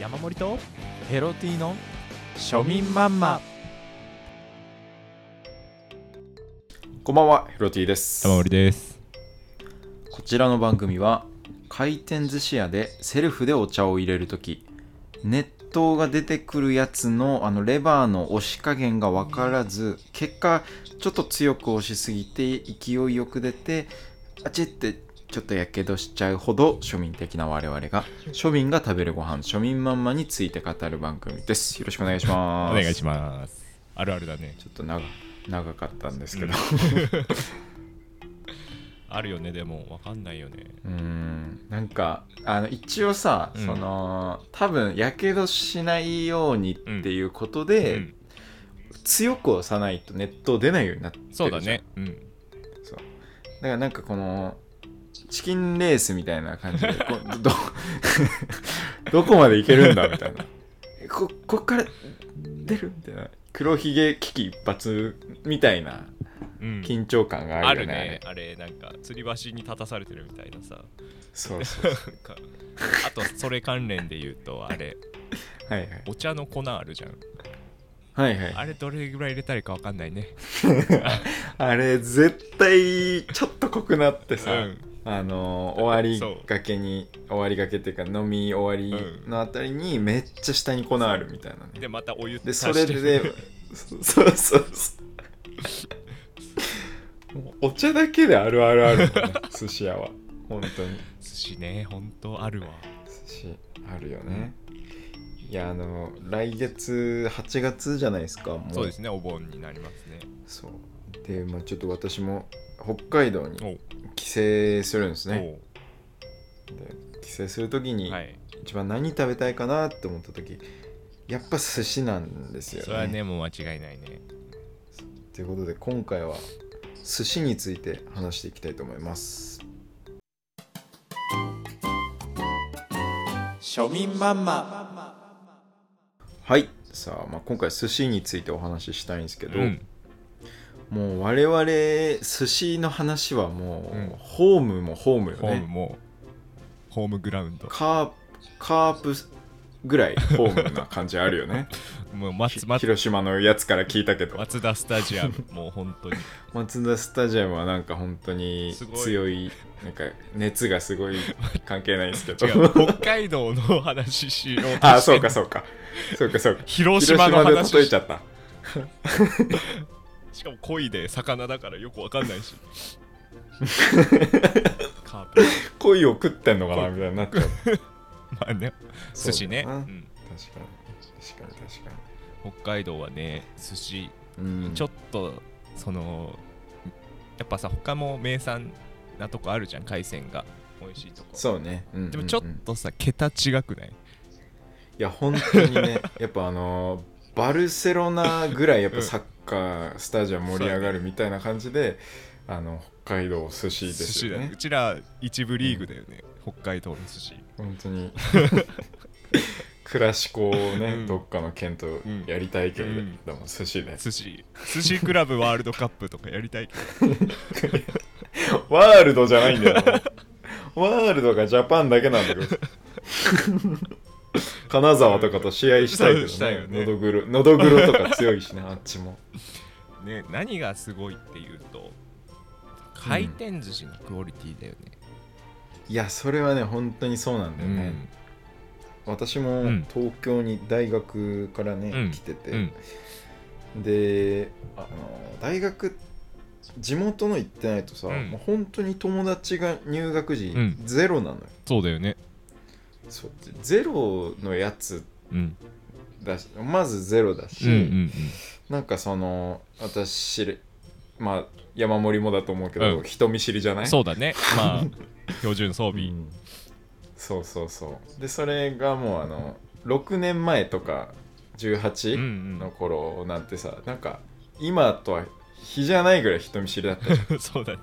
山盛りとヘロティの庶民マンマこんばんは、ヒロティです。山盛りですこちらの番組は、回転寿司屋でセルフでお茶を入れるとき、熱湯が出てくるやつのあのレバーの押し加減が分からず、結果、ちょっと強く押しすぎて勢いよく出て、あちってちょっとやけどしちゃうほど庶民的な我々が、庶民が食べるご飯、庶民まんまについて語る番組です。よろしくお願いしおます。願いしまます。あるあるだね。す。ちょっと長長かったんですけど。あるよね、でも、わかんないよね。うーんなんかあの一応さ、うんその多分やけどしないようにっていうことで、うん強く押さないと熱湯出ないようになってるじそゃうんだね。うん。そうだからなんかこのチキンレースみたいな感じでこう どどこまでいけるんだみたいな ここっから出るみたいな黒ひげ危機一髪みたいなうん緊張感がああるよるね,あれ、ね。あれ、なんか、吊り橋に立たされてるみたいなさ。そうそなんかあと、それ関連で言うと、あれ、うはいはいお茶の粉あるじゃん。はいはいあれ、どれぐらい入れたらいいかわかんないね。あれ絶対ちょっと濃くなってさ、うんあのー終わりがけに終わりがけっていうか飲み終わりのあたりにめっちゃ下に粉あるみたいなねで、またお湯で足そしてれでそうそうそうもうお茶だけであるあるあるもんね寿司屋は本当に寿司ね、ほんとあるわ。寿司あるよねいやあの来月8月じゃないですかもそうですね、お盆になりますね。そうで、まあ、ちょっと私も北海道におう帰省するんですねおうで帰省する時にはい。一番何食べたいかなって思った時やっぱ寿司なんですよねそれはね、もう間違いないね。ということで今回は寿司について話していきたいと思います庶民マンマはいさあ,、まあ今回寿司についてお話ししたいんですけど、うんもう我々寿司の話はもう、うんホームもホームよホームねも、ホームグラウンド。カープカープぐらいホームな感じあるよねもう松松広島のやつから聞いたけど松田スタジアム、 もう本当に。松田スタジアムはなんか本当にすごい強いなんか熱がす ごい関係ないんですけど違う、北海道の話しようとして あそうか。そうかそうかそうか広広島の島で話例えしちゃったしかも恋で魚だからよくわかんないし。 カープ。恋を食ってんのかなみたいになっちゃう確まあね、寿司ね、そうだなうんかに確かに確か北海道はね、寿司、に、ちょっと、その、やっぱさ、他も名産なとこあるじゃん、海鮮が。美味しいとこ。そうね、うんうんうんでもちょっとさ、桁違くないいや本当にね やっぱあのーバルセロナぐらいやっぱサッカースタジアム盛り上がるみたいな感じで、あの北海道寿司で寿す司よだね。ねうちら、一部リーグだよね、北海道の寿司。本当に クラシコをね、うんどっかの県とやりたいけれど、うんでも寿司ね寿司寿司クラブワールドカップとかやりたいけどワールドじゃないんだよもうワールドがジャパンだけなんだけ ど金沢とかと試合したいけどそうしたいねよねのどぐろのどぐろとか強い しねあっちも ね何がすごいっていうと回転寿司のクオリティだよねいやそれはね本当にそうなんだよね、私もうん東京に大学からね、うん来てて、うんであの大学地元の行ってないとさ、うんもう本当に友達が入学時うんゼロなのよ、そうだよねそうゼロのやつうんだしまずゼロだし、うんうんなんかその私まあ山盛りもだと思うけど、うん人見知りじゃなういんそうだねまあ標準装う備んそうそうそうでそれがもうあの6年前とかうんう18のん頃なんてさなんか今とは比じゃないぐらい人見知りだったじゃん そうだね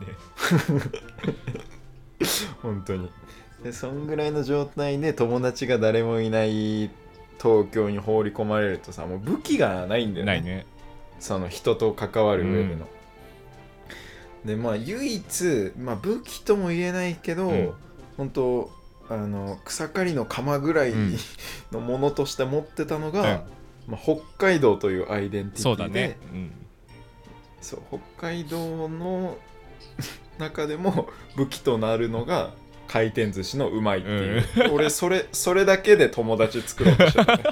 本当にでそんぐらいの状態で友達が誰もいない東京に放り込まれるとさもう武器がないんだよないねその人と関わる上での、でまあ唯一、まあ、武器とも言えないけど、うん本当ああの草刈りの釜ぐらいうんのものとして持ってたのが、まあ、北海道というアイデンテそィうティだでね、うん、そう北海道の 中でも武器となるのが回転寿司のうまいっていう、俺それそれだけで友達作ろうとして た、ね、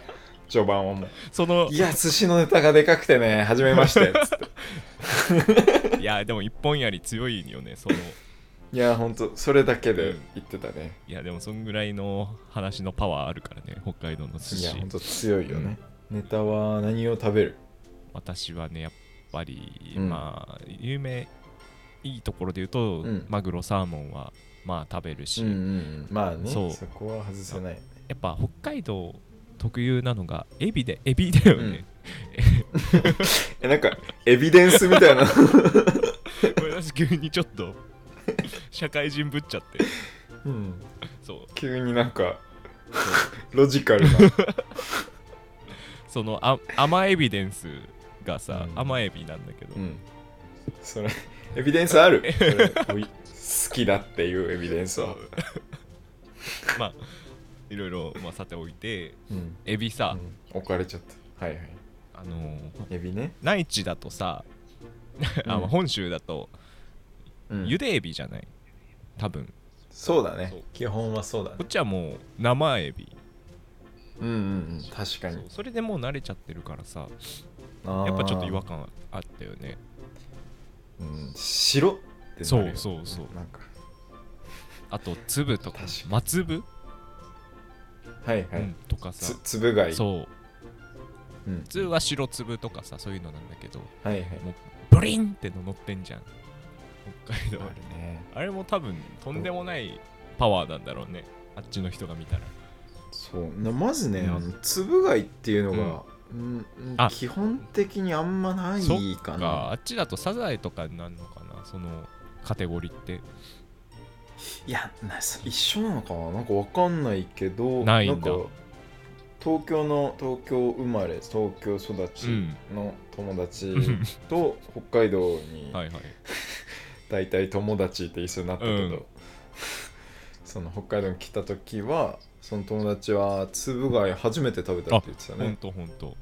序盤はもうそのいや寿司のネタがでかくてね初めまして っつっ ていやでも一本槍強いよねそのいやほんとそれだけで言ってたね、いやでもそんぐらいの話のパワーあるからね北海道の寿いや司ほんと強いよね、ネタは何を食べる私はねやっぱり、うんまあ有名いいところで言うと、うんマグロサーモンはまあ食べるし、んまあねそうこは外せないよねやっぱ北海道特有なのがエビでエビだよね、えなんかエビデンスみたいな これ私急にちょっ と社会人ぶっちゃってうんそう 急になんかロジカルなそのあ甘エビデンスがさ、うん甘エビなんだけど、うんそれエビデンスあるそれおい好きだっていうエビデンスそはうまあいろいろ、まあ、さておいてうん、エビさ、うん置かれちゃったはいはいあのーエビね、内地だとさ、あうん本州だとうんゆでエビじゃない多分そうだねそう基本はそうだねこっちはもう生エビうんうんうん確かそうにそれでもう慣れちゃってるからさあーやっぱちょっと違和感あったよねうん白ってなるよそうそうそうなんかあと粒とか確かに真粒、はいはうい、ん、とかさつつぶ貝そううん、普通は白粒とかさそういうのなんだけどはいはいブリンっての乗ってんじゃん北海道あるねあれも多分とんでもないパワーなんだろうねあっちの人が見たらそうなまずね、うんあのつぶ貝っていうのが、うんうんあ基本的にあんまないそかがなあっちだとサザエとかになるのかなそのカテゴリーっていやなそ一緒なのかななんかわかんないけどないんだか東京の東京生まれ東京育ちうんの友達うんと北海道に はいはい大体友達って一緒になったけど、うん その北海道に来た時はその友達はつぶ貝初めて食べたって言ってたほんねとほんと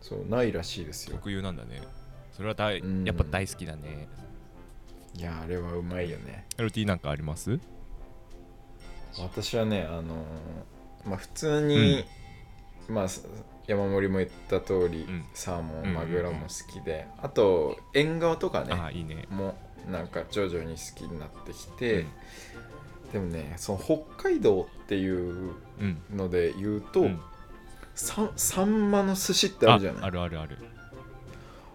そうないらしいですよ特有なんだねそれは大うんやっぱ大好きだねいやあれはうまいよね LT なんかあります私はねあのーまあ普通に、まあす山盛りも言った通り、うんサーモうんうんうんンマグロも好きで、あと縁側とかああねいいねもなんか徐々に好きになってきて、でもねその北海道っていううんので言うと、うんさサンマの寿司ってあるじゃないああるある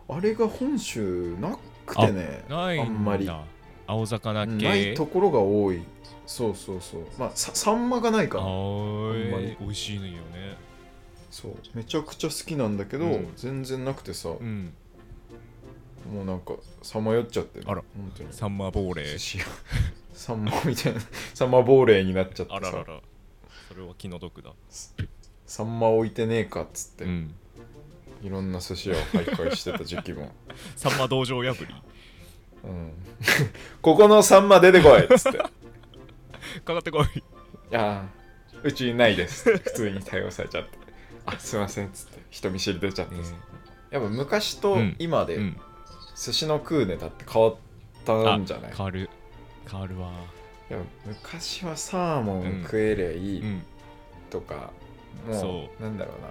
あるれが本州なくてねないんだあんまり青魚系ないところが多いそうそうそうまあさサンマがないかあらーあんまり美味しいのよねそうめちゃくちゃ好きなんだけど、うん全然なくてさ、うんもうなんかさまよっちゃってるあら本当にサンマーボーレ寿ー司がサンマみたいなサンマ亡霊になっちゃってあさらららそれは気の毒だサンマ置いてねえかっつって、うんいろんな寿司屋を徘徊してた時期も、サンマ道場破りうん、 ここのサンマ出てこいっつっていかかってこいやーうちにないですって普通に対応されちゃってあすいませんっつって人見知り出ちゃってさ、やっぱ昔と今うでん寿司の食うネタって変わったんじゃない、変わる変わるわいや昔はサーモン食えりゃいいうんとか、うんもそうなんだろうな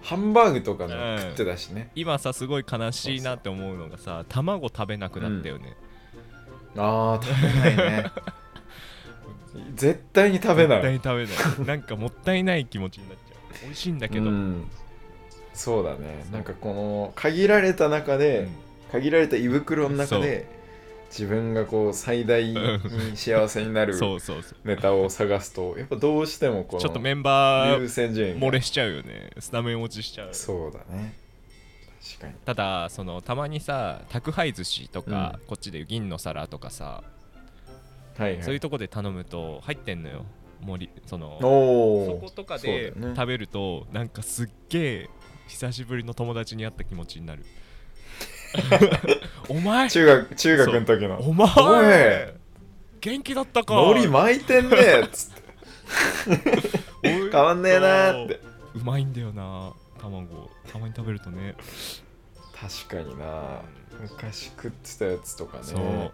ハンバーグとかうもん食ってたしね、今さすごい悲しいなって思うのがさ卵食べなくなったよねあー食べないね 絶対に食べない絶対食べないなんかもったいない気持ちになっちゃう美味しいんだけど、うんそうだねなんかこの限られた中で、うん限られた胃袋の中で自分がこう最大に幸せになるそうそうそうネタを探すとやっぱどうしてもこちょっとのメンバ優ー先順位が漏れしちゃうよねスタメン落ちしちゃうそうだね確かにただそのたまにさ宅配寿司とか、こっちで銀の皿とかさ、はいはいそういうとこで頼むと入ってんのよ盛りそのおそおことかそうだでよね食べると、なんかすっげえ久しぶりの友達に会った気持ちにな るお前中学中学の時のおおい前元気だったか海苔巻いてんねっつって変変わんねえなーってうまいんだよな卵たまに食べるとね確かにな昔食ってたやつとかねそう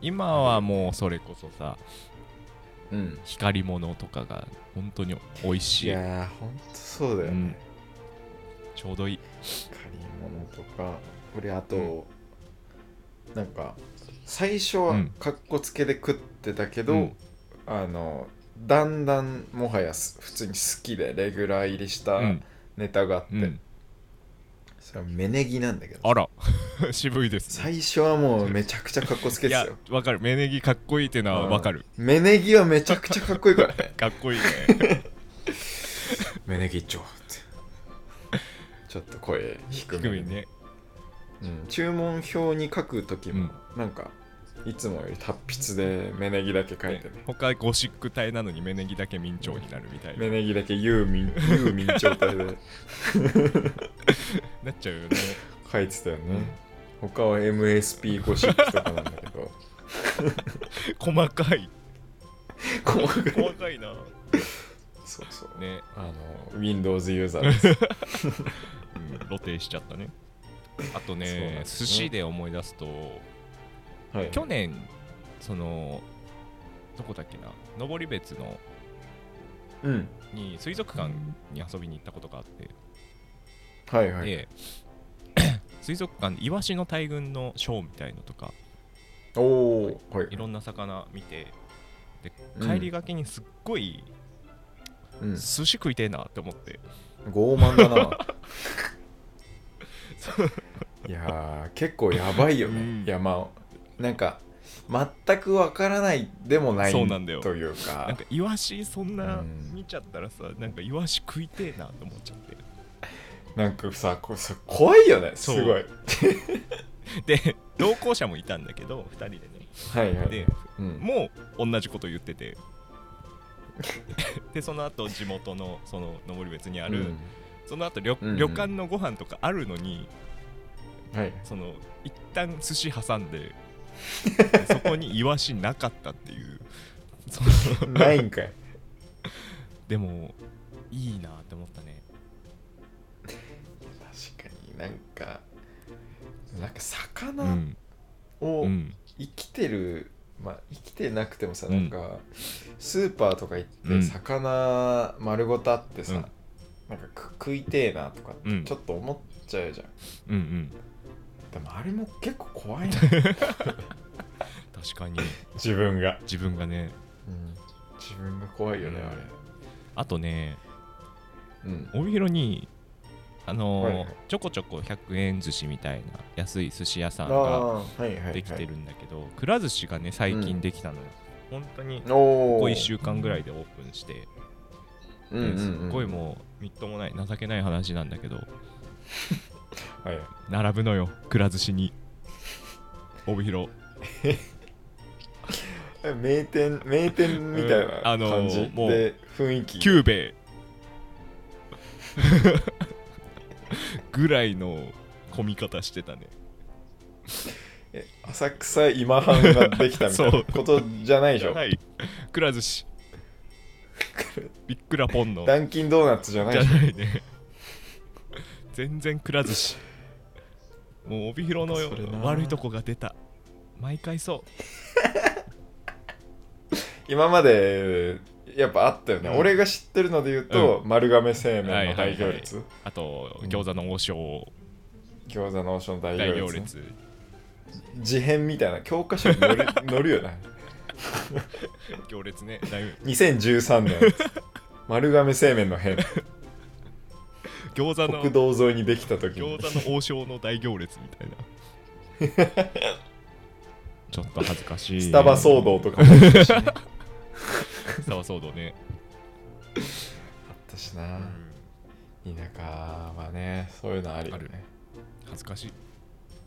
今はもうそれこそさうん光り物とかが本当に美味しいいやーほんとそうだよね、ちょうどいい借り物とか俺あと、うなんか最初うはんかっこつけで食ってたけど、うんあのだんだんもはやす普通に好きでレギュラー入りしたうんネタがあって、うんそれは芽ネギなんだけどあら 渋いですね最初はもうめちゃくちゃかっこつけいですやよわかる芽ネギかっこいいってのはわかる芽ネギはめちゃくちゃかっこいいからねかっこいいね 芽ネギ一丁ってちょっと声低低めいねうん、注文表に書く時も、なんかいつもより達筆で芽ネギだけ書いてね他ゴシック体なのに芽ネギだけ明朝になるみたいな芽ネギだけユーミンユーミン状態でなっちゃうよね 書いてたよね他は MSP ゴシップとかなんだ けど細かい細かい細かいなそうそうねあの Windows ユーザー です露呈しちゃったねあとそうなんねです寿司ねで思い出すとはい去年そのどこだっけな登別のうんに水族館に遊びに行ったことがあって、はいはいで 水族館でイワシの大群のショーみたいのとかおおーはいいろんな魚見てでうん帰りがけにすっごいうん寿司食いてえなって思って、傲慢だ ないやー結構やばいよね、うんいやまあなんか全くわからないでもないそうなんだよというかなんかイワシそんなうん見ちゃったらさ、なんかイワシ食いてえなって思っちゃってなんかさこれさ怖いよねすそうごいはいで同行者もいたんだけど2人でねはいでうん、もう同じこと言っててでその後地元のその登別にある、その後旅,、うんうん旅館のご飯とかあるのにうんはいその一旦寿司挟んででそこにイワシなかったっていうそのないんかいでもいいなって思ったね確かになんかなんかう魚んをうん生きてる、まあ生きてなくてもさ、うんなんかスーパーとか行っうてん魚丸ごとあってさ、うんなんかく食いてえなとかってうんちょっと思っちゃうじゃん、うんうんでもあれも結構怖いな確かに自分が、 自分がねうん、自分が怖いよねうんあれあとねうん帯広にあのーはいはいちょこちょこ100円寿司みたいな安い寿司屋さんあがーはいはいはいできてるんだけど、くら寿司がね最う近んできたのよ、本当にこおこお1週間ぐらいでオープンして、うんうんうんすっごいもうみっともない情けない話なんだけどはい並ぶのよくら寿司に帯広え名店名店みたいなうんあのー感じ、もうで雰囲気久兵衛ぐらいの混み方してたねえ浅草今半ができたみたいそなうことじゃない でしょはいくら寿司びっくらポンのダンキンドーナツじゃないじでゃしょない ね全然くら寿司もう帯広のそれな悪いとこが出た毎回そ今までやっぱあったよね、うん俺が知ってるので言うと、丸亀は製い麺のはいはい大行列、うあとうん餃子の王将餃子の王将の大行大列行ね列事変みたいな教科書に 載る載るよな行列ねだいぶ2013年丸亀製麺の 変餃子の国道沿いにできた時に餃子の王将の大行列みたいな ちょっと恥ずかしいスタバ騒動とかもあったし ねあっスタバ騒動ね、たしな、田舎はねそういうのあるよあるね恥ずかしいい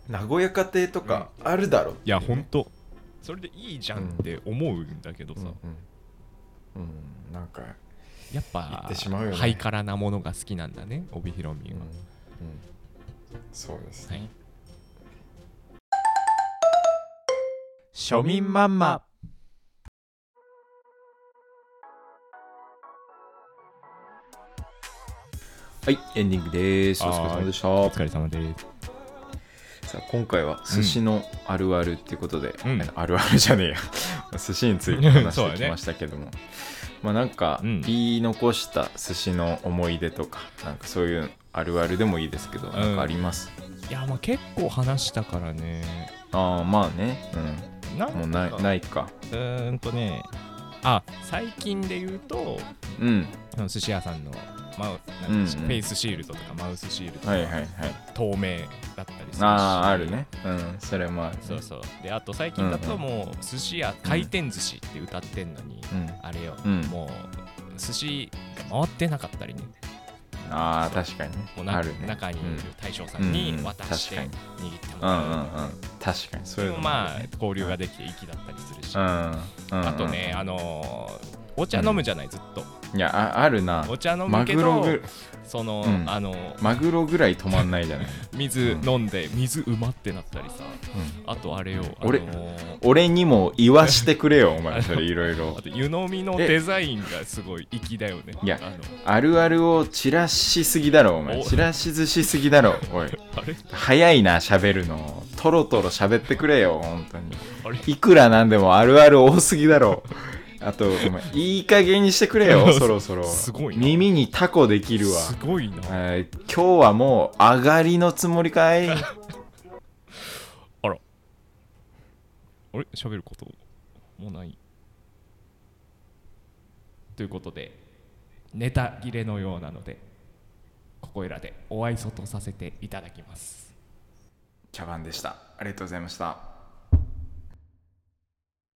名古屋家庭とかあるだろやほんとそれでいいじゃんって思うんだけどうさ、んうん、うん、なんか、やっぱ行ってしまうよねハイカラなものが好きなんだね帯広うん民うは、ん、そうですはいね、庶民マンマはいエンディングですお疲れ様でしたお疲れ様です。さあ今回は寿司のあるあるっていうことで、うんあのあるあるじゃねえや 寿司について 話そうしだてねきましたけども、まあなんかうん言い残した寿司の思い出とかなんかそういうあるあるでもいいですけど、んなんかありますいや、まあ結構話したからね。ああまあねなんうんもうないないかうーんとね、あ、最近で言うと、うんあの寿司屋さんの、まあ、うなんうんんかフェイスシールドとかマウスシールドとか、はいはいはい透明だったりするし。あああるねうんそれもあるねそうそう。で、あと最近だともう、寿司屋、回転寿司って歌ってんのに、うんあれよ、うんもう、寿司が回ってなかったりね、ああ確かにねもうなあるね中にいるう大将さんにうん渡して確握かってもん、うんうんうらう。ん確かにそそういれうのもあまあ、交流ができて粋だったりするし。るねうんうんうんあとね、あのーお茶飲むじゃない、ずっと。いやああるなお茶飲むマけグロど、ぐその、うんあのーマグロぐらい止まんないじゃ ない、水飲んで、水うまってなったりさ。あとあれよ、あの俺ー俺にも言わしてくれよお 前それいろいろあと湯飲みのデザインがすごい粋だよね。いやあのあるあるを散らしすぎだろお前お散らしずしすぎだろおいあれ早いな喋るのトロトロ喋ってくれよ本当にあれいくらなんでもあるある多すぎだろあとお前いい加減にしてくれ よそろそろすごいな耳にタコできるわすごいな。えー今日はもう上がりのつもりかい あれ喋ることもうない。ということで、ネタ切れのようなので、ここいらでお愛想とさせていただきます。茶番でしたありがとうございました